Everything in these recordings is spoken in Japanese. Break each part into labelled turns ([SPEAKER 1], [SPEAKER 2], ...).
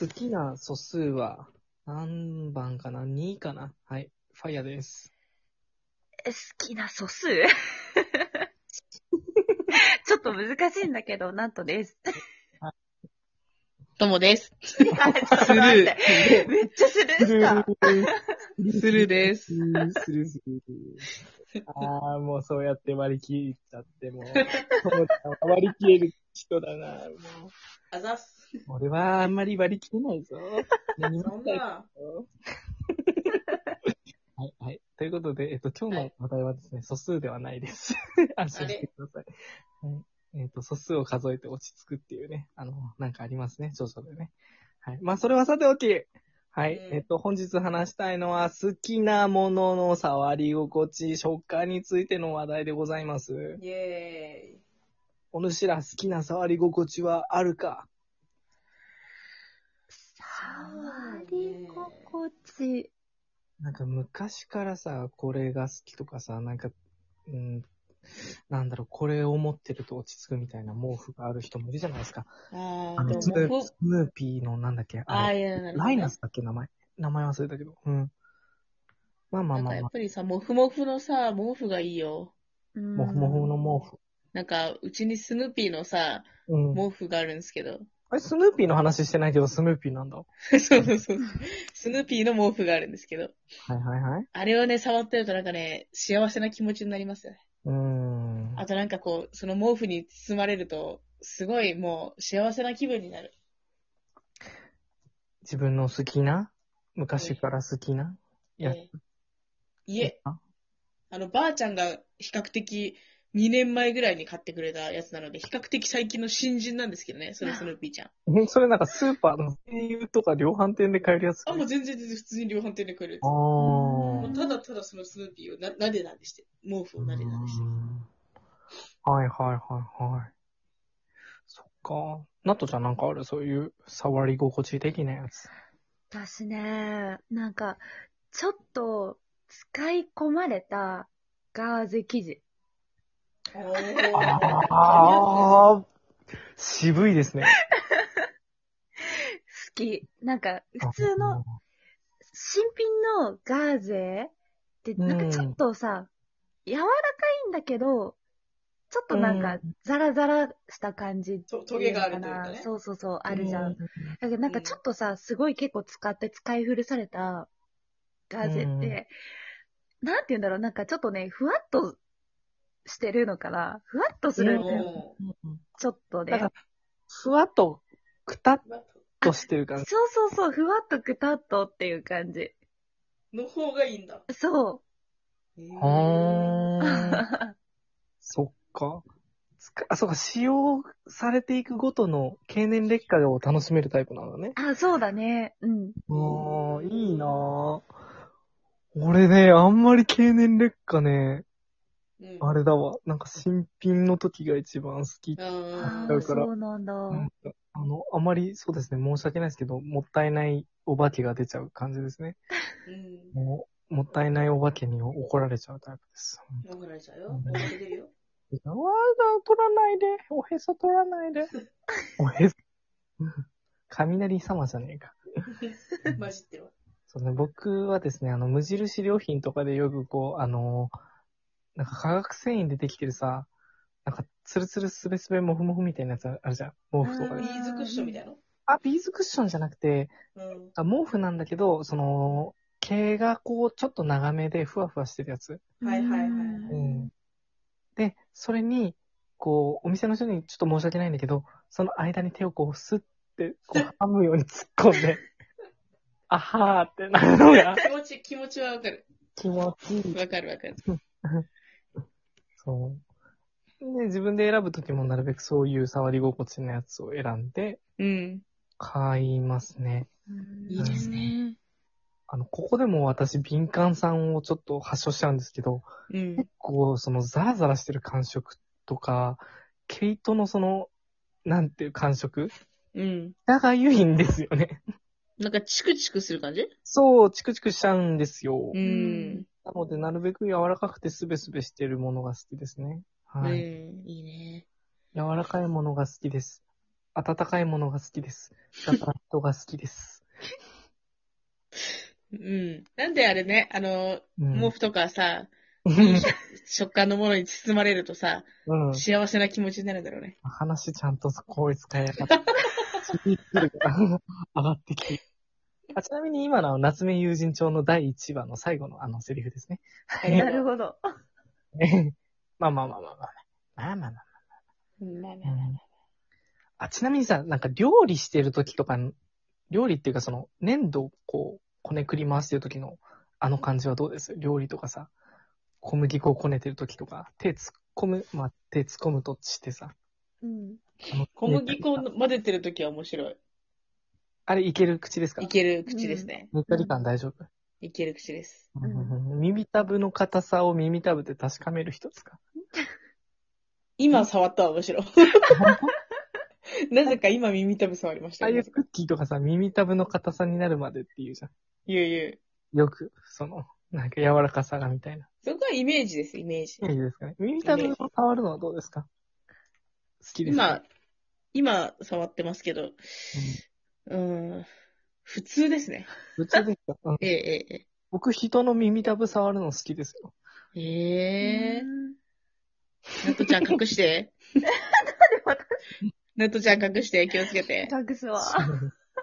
[SPEAKER 1] 好きな素数は何番かな ?2 かなはい。ファイヤーです。
[SPEAKER 2] え好きな素数 ちょっと難しいんだけど、なんとです。
[SPEAKER 3] ともです。
[SPEAKER 2] ちょっと待
[SPEAKER 3] スル
[SPEAKER 2] っ
[SPEAKER 3] ー
[SPEAKER 2] て。めっちゃスルーした。
[SPEAKER 3] スルーです。
[SPEAKER 1] スルー、スルー、スルー。ああ、もうそうやって割り切っちゃって、もう。そうだ割り切れる人だな。もう
[SPEAKER 3] あざっす。
[SPEAKER 1] 俺はあんまり割り切れないぞ。何もない
[SPEAKER 3] な。
[SPEAKER 1] はい、はい。ということで、えっと、今日の話題はですね、素数ではないです。安心してください。はい。えっと、素数を数えて落ち着くっていうね、あの、なんかありますね、著書でね。はい。まあ、それはさておき。はい。
[SPEAKER 3] うん
[SPEAKER 1] えっと、本日話したいのは、好きなものの触り心地、食感についての話題でございます。
[SPEAKER 3] イエ
[SPEAKER 1] お主ら好きな触り心地はあるか
[SPEAKER 2] 触り心地。
[SPEAKER 1] なんか昔からさ、これが好きとかさ、なんか、うん、なんだろう、これを持ってると落ち着くみたいな毛布がある人もいるじゃないですか。
[SPEAKER 3] ーイ。あ
[SPEAKER 1] あ
[SPEAKER 3] ー、
[SPEAKER 1] の、ス
[SPEAKER 3] ど
[SPEAKER 1] ヌ
[SPEAKER 3] う
[SPEAKER 1] ー
[SPEAKER 3] も
[SPEAKER 1] ス。ヌーピーのなんだっけ
[SPEAKER 3] あ
[SPEAKER 1] あ
[SPEAKER 3] ー、
[SPEAKER 1] れ
[SPEAKER 3] いや、なるほど
[SPEAKER 1] ライナスだっけ名前。名前忘れたけど。うん。まあまあ
[SPEAKER 3] なん
[SPEAKER 1] ま
[SPEAKER 3] か
[SPEAKER 1] あ
[SPEAKER 3] や
[SPEAKER 1] ま
[SPEAKER 3] っぱりさ、もふもふのさ、毛布がいいよ。
[SPEAKER 1] あ。もふもふの毛布。
[SPEAKER 3] なんか、うちにスヌーピーのさ、
[SPEAKER 1] うん。
[SPEAKER 3] 毛布があるんですけど。
[SPEAKER 1] あれ、スヌーピーの話してないけど、スヌーピーなんだ。は
[SPEAKER 3] そうそうそう。スヌーピーの毛布があるんですけど。
[SPEAKER 1] いはいはい。
[SPEAKER 3] あれをね、触ってるとなんかね、幸せな気持ちになりますよね。
[SPEAKER 1] うーん。
[SPEAKER 3] あとなんかこう、その毛布に包まれると、すごいもう幸せな気分になる。
[SPEAKER 1] 自分の好きな昔から好きな、いや
[SPEAKER 3] ええいえ、あの、ばあちゃんが比較的2年前ぐらいに買ってくれたやつなので、比較的最近の新人なんですけどね、そのスヌーピーちゃん。
[SPEAKER 1] えそれなんかスーパーの声優とか量販店で買えるやつ
[SPEAKER 3] あ、もう全然全然普通に量販店で買えるやつ。も
[SPEAKER 1] あ
[SPEAKER 3] うただただそのスヌーピーをななでなでして、毛布をなでなでして。
[SPEAKER 1] あ。はいはいはいはい。そっか。ナトちゃんなんかあるそういう触り心地的なやつ。
[SPEAKER 2] 私ね、なんか、ちょっと使い込まれたガーゼ生地。
[SPEAKER 3] お
[SPEAKER 1] ああ、渋いですね。
[SPEAKER 2] 好き。なんか、普通の、新品のガーゼって、
[SPEAKER 1] うん
[SPEAKER 2] なんかちょっとさ、柔らかいんだけど、ちょっとなんか
[SPEAKER 1] う、
[SPEAKER 2] ザラザラした感じってい
[SPEAKER 3] と
[SPEAKER 2] うのかな。
[SPEAKER 3] トゲがあるというかね
[SPEAKER 2] そうそうそう、あるじゃ。
[SPEAKER 1] うん
[SPEAKER 2] だけどなんかちょっとさ、すごい結構使って使い古されたガーゼって、なんて言うんだろう、なんかちょっとね、ふわっとしてるのかな。ふわっとするんだ よ、
[SPEAKER 1] ん
[SPEAKER 2] ちょっ
[SPEAKER 1] な
[SPEAKER 2] と
[SPEAKER 1] ん
[SPEAKER 2] ね
[SPEAKER 1] か。、ふわっと、くたっとしてる
[SPEAKER 2] そう
[SPEAKER 1] 感じ。
[SPEAKER 2] そうそう、ふわっとくたっとっていう感じ。
[SPEAKER 3] の方がいいんだ。
[SPEAKER 2] そう。
[SPEAKER 1] はーん。そっか。つかあ、そうか、使用されていくごとの経年劣化を楽しめるタイプなんだね。
[SPEAKER 2] あ、そうだね。うん。
[SPEAKER 1] ああ、いいなぁ。俺ね、あんまり経年劣化ね、
[SPEAKER 3] うん
[SPEAKER 1] あれだわ。なんか新品の時が一番好き。
[SPEAKER 3] あ
[SPEAKER 2] あ
[SPEAKER 1] だ
[SPEAKER 2] あ、
[SPEAKER 3] ー
[SPEAKER 1] から
[SPEAKER 2] そうなんだ。
[SPEAKER 1] あの、あまりそうですね、申し訳ないですけど、もったいないお化けが出ちゃう感じですね。
[SPEAKER 3] うん。
[SPEAKER 1] もうもったいないお化けに怒られちゃうタイプです。
[SPEAKER 3] 殴られちゃうよ。怒られるよ。
[SPEAKER 1] わざ取らないで、おへそ取らないで。 おへそ。 雷様じゃねえか。
[SPEAKER 3] 混じってるわ。
[SPEAKER 1] そうね、僕はですね、あの、無印良品とかでよくこう、あのーなんか化学繊維でできてるさ、なんか、ツルツルスベスベモフモフみたいなやつあるじゃん。毛布とか
[SPEAKER 2] う
[SPEAKER 1] で
[SPEAKER 2] ん
[SPEAKER 3] ビ。ーズクッションみたいなの
[SPEAKER 1] あ、ビーズクッションじゃなくて、
[SPEAKER 3] うん。
[SPEAKER 1] あ毛布なんだけど、その、毛がこう、ちょっと長めでふわふわしてるやつ。
[SPEAKER 3] はいはいはい
[SPEAKER 2] うん
[SPEAKER 1] で、それに、こう、お店の人にちょっと申し訳ないんだけど、その間に手をこう、スッて、こう、編むように突っ込んで、あはーってなるのが
[SPEAKER 3] 気持ち、気持ちはわかる。
[SPEAKER 1] 気持ちいい。
[SPEAKER 3] わかるわかる。
[SPEAKER 1] そう。で、自分で選ぶときもなるべくそういう触り心地のやつを選んで
[SPEAKER 3] うん。
[SPEAKER 1] 買いますね。
[SPEAKER 2] うん
[SPEAKER 1] いいです
[SPEAKER 3] ね。
[SPEAKER 1] あの、ここでも私敏感さんをちょっと発症しちゃうんですけど、
[SPEAKER 3] うん。
[SPEAKER 1] 結構そのザラザラしてる感触とか、毛糸のその、なんていう感触
[SPEAKER 3] うん。
[SPEAKER 1] だがゆいんですよね。
[SPEAKER 3] なんかチクチクする感じ
[SPEAKER 1] そう、チクチクしちゃうんですよ。
[SPEAKER 3] うん。
[SPEAKER 1] なので、なるべく柔らかくてスベスベしてるものが好きですね。
[SPEAKER 3] うん。
[SPEAKER 1] はい。
[SPEAKER 3] いいね。
[SPEAKER 1] 柔らかいものが好きです。温かいものが好きです。だから人が好きです。
[SPEAKER 3] うん。なんであれね、あの、
[SPEAKER 1] うん
[SPEAKER 3] 毛布とかさ、
[SPEAKER 1] うん
[SPEAKER 3] 食感のものに包まれるとさ、
[SPEAKER 1] うん。
[SPEAKER 3] 幸せな気持ちになるんだろうね。
[SPEAKER 1] 話ちゃんと効率化やがった。スピーチ力が上がってきてるあちなみに今の夏目友人帳の第1話の最後のあのセリフですね。
[SPEAKER 2] なるほど。
[SPEAKER 1] まあまあまあまあまあ。まあまあまあ
[SPEAKER 3] うんまあま
[SPEAKER 1] ま
[SPEAKER 3] あ
[SPEAKER 1] あ
[SPEAKER 3] まあ
[SPEAKER 1] うん。あ、ちなみにさ、なんか料理してる時とかに、料理っていうかその粘土をこう、こねくり回してる時のあの感じはどうです料理とかさ、小麦粉をこねてる時とか、手突っ込む、まあ手突っ込むとしてさ。
[SPEAKER 2] うん。
[SPEAKER 1] あの
[SPEAKER 3] 小麦粉を混ぜてるときは面白い。
[SPEAKER 1] あれいける口ですか
[SPEAKER 3] いける口ですね。
[SPEAKER 1] ぬかり感大丈夫
[SPEAKER 3] いける口です。
[SPEAKER 2] ん
[SPEAKER 1] 耳たぶの硬さを耳たぶで確かめる一つか。
[SPEAKER 3] 今触ったは 面白い。なぜか今耳たぶ触りました
[SPEAKER 1] ああ
[SPEAKER 3] よ。
[SPEAKER 1] いうクッキーとかさ、耳たぶの硬さになるまでって言うじゃ
[SPEAKER 3] ゆうゆ
[SPEAKER 1] ん。よく、その、なんか柔らかさがみたいな。
[SPEAKER 3] う。そこはイメージです、イメージ。
[SPEAKER 1] いいですかね。耳たぶを触るのはどうですか好きですか
[SPEAKER 3] 今、今触ってますけど、うん、普通ですね。
[SPEAKER 1] うん。普通ですか、うん
[SPEAKER 3] えええ
[SPEAKER 1] 僕、人の耳たぶ触るの好きですよ。
[SPEAKER 3] えええ。なとちゃん隠 して。なとちゃん隠して、気をつけて。
[SPEAKER 2] 隠すわ。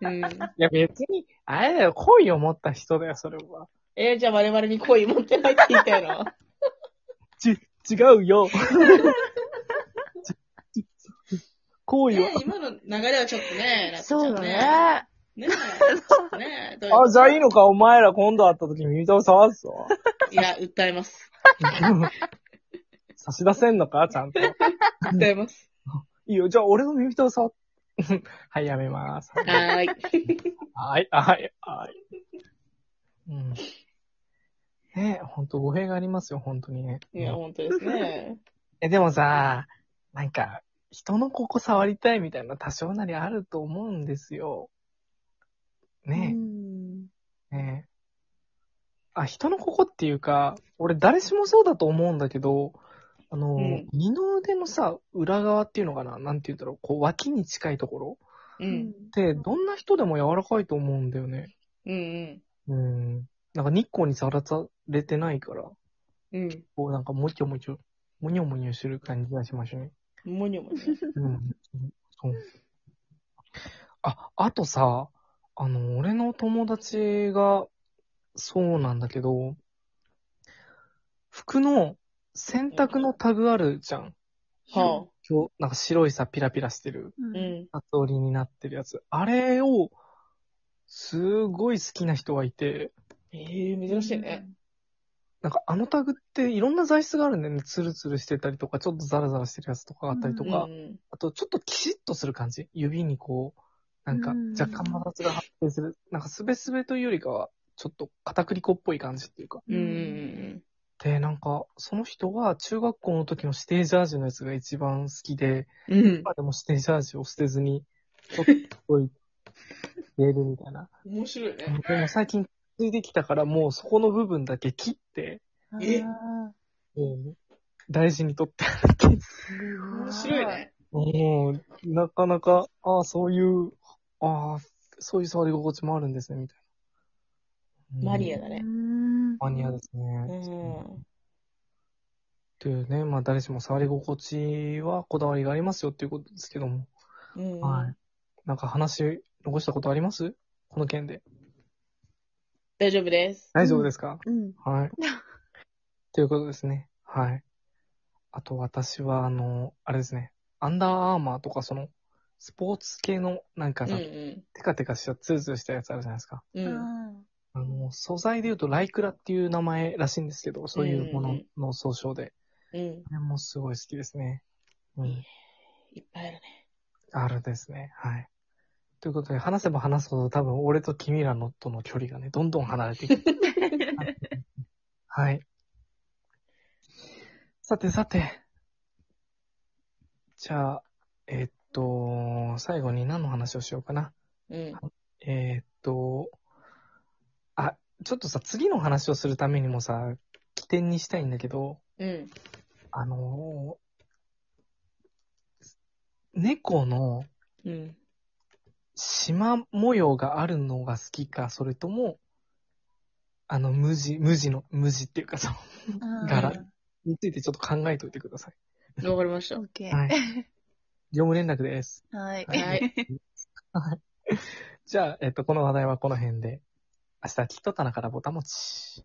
[SPEAKER 3] うん。
[SPEAKER 1] いや、別に、あれだよ、好意を持った人だよ、それは。
[SPEAKER 3] えー、じゃあ我々に恋持ってないって言ったよな。
[SPEAKER 1] ち、違う よ。ちち好意を
[SPEAKER 3] ね、今の流れはちょっとね、なとちゃん
[SPEAKER 2] そうだ。ね。
[SPEAKER 3] ねえ、ちょっとね、どう
[SPEAKER 1] あ、じゃあいいのか、お前ら今度会った時に耳たぶ触るぞ。
[SPEAKER 3] いや、訴えます。
[SPEAKER 1] 差し出せんのかちゃんと。い
[SPEAKER 3] 訴えます。
[SPEAKER 1] いよ、じゃあ俺の耳たぶ触っ はい、やめまーす。
[SPEAKER 3] はーい。
[SPEAKER 1] はい、はい、はい。うん。ねえ、ほんと語弊がありますよ、ほんとにね。
[SPEAKER 3] いや、本当ですね。
[SPEAKER 1] え、でもさ、なんか、人のここ触りたいみたいな多少なりあると思うんですよ。ね
[SPEAKER 2] うん
[SPEAKER 1] え、ねえ。あ、人のここっていうか、俺誰しもそうだと思うんだけど、あの、
[SPEAKER 3] うん
[SPEAKER 1] 二の腕のさ、裏側っていうのかななんて言うんだろう、こう脇に近いところ
[SPEAKER 2] う
[SPEAKER 3] う。
[SPEAKER 2] ん
[SPEAKER 1] って、どんな人でも柔らかいと思うんだよね。
[SPEAKER 3] うん
[SPEAKER 1] うん。なんか日光にさらされてないから、
[SPEAKER 3] うん。うん。
[SPEAKER 1] こうなんかもきょもきょ、もにょもにょする感じがしますね。
[SPEAKER 3] もにょもにょ。
[SPEAKER 1] うん。そう。あ、あとさ、あの、俺の友達が、そうなんだけど、服の洗濯のタグあるじゃん。
[SPEAKER 3] は
[SPEAKER 1] 今日、なんか白いさ、ピラピラしてる、
[SPEAKER 3] あ。うん。
[SPEAKER 1] 厚織りになってるやつ。あれを、すごい好きな人がいて、
[SPEAKER 3] ええー、珍しいね。。
[SPEAKER 1] なんかあのタグっていろんな材質があるんだよね。ツルツルしてたりとか、ちょっとザラザラしてるやつとかがあったりと
[SPEAKER 3] う
[SPEAKER 1] か、
[SPEAKER 3] ん。
[SPEAKER 1] あとちょっとキシッとする感じ。指にこう、なんか
[SPEAKER 2] うん
[SPEAKER 1] 若干摩擦が発生する。なんかスベスベというよりかは、ちょっと片栗粉っぽい感じっていうか。
[SPEAKER 3] うん。うん。
[SPEAKER 1] で、なんか、その人は中学校の時の指定ジャージのやつが一番好きで、
[SPEAKER 3] うん。
[SPEAKER 1] 今でも指定ジャージを捨てずに、ちょっと置いてるみたいな。
[SPEAKER 3] 面白いね。
[SPEAKER 1] でも最近ついてきたから、もうそこの部分だけ切って、
[SPEAKER 2] うん
[SPEAKER 3] え
[SPEAKER 2] あ
[SPEAKER 1] もう大事に取ってあるっていう
[SPEAKER 2] ーすごい。
[SPEAKER 3] 面白い。ね。
[SPEAKER 1] もう、なかなか、ああ、そういう、ああ、そういう触り心地もあるんですね、みたいな。
[SPEAKER 3] マリア
[SPEAKER 1] うん
[SPEAKER 3] だね。
[SPEAKER 1] マニアですね。
[SPEAKER 3] うん。
[SPEAKER 1] というね、まあ誰しも触り心地はこだわりがありますよっていうことですけども。
[SPEAKER 3] うん。
[SPEAKER 1] はい。なんか話、残したことありますこの件で。
[SPEAKER 3] 大丈夫です。
[SPEAKER 1] 大丈夫ですか、
[SPEAKER 2] うん。
[SPEAKER 1] はい。ということですね。はい。あと私は、あの、あれですね。アンダーアーマーとか、その、スポーツ系の、なんか
[SPEAKER 3] うん
[SPEAKER 1] さ、
[SPEAKER 3] う
[SPEAKER 1] テカテカしたツルツルしたやつあるじゃないですか。
[SPEAKER 3] ん。うん。
[SPEAKER 2] あ
[SPEAKER 1] あの、素材で言うとライクラっていう名前らしいんですけど、そういうも
[SPEAKER 3] うんう
[SPEAKER 1] の
[SPEAKER 3] ん
[SPEAKER 1] の総称で。
[SPEAKER 3] うん。
[SPEAKER 1] これもすごい好きですね。うん。
[SPEAKER 3] いっぱいあるね。
[SPEAKER 1] あるですね。はい。ということで、話せば話すほど多分俺と君らのとの距離がね、どんどん離れてい く。はい。さてさて。じゃあ、えっと、最後に何の話をしようかな。
[SPEAKER 3] うん。
[SPEAKER 1] えーっと、あ、ちょっとさ、次の話をするためにもさ、起点にしたいんだけど、
[SPEAKER 3] うん。
[SPEAKER 1] あのー猫の
[SPEAKER 3] うん。
[SPEAKER 1] 島模様があるのが好きか、それとも、あの、無地、無地の、無地っていうか、その、柄
[SPEAKER 2] うん
[SPEAKER 1] についてちょっと考えておいてください。
[SPEAKER 3] わかりました
[SPEAKER 2] オ。ッケ
[SPEAKER 1] は
[SPEAKER 2] ー。
[SPEAKER 1] い。業務連絡です。
[SPEAKER 2] はい。
[SPEAKER 1] はい
[SPEAKER 3] はい。
[SPEAKER 1] じゃあ、えっと、この話題はこの辺で。明日はきっと棚からぼたもち。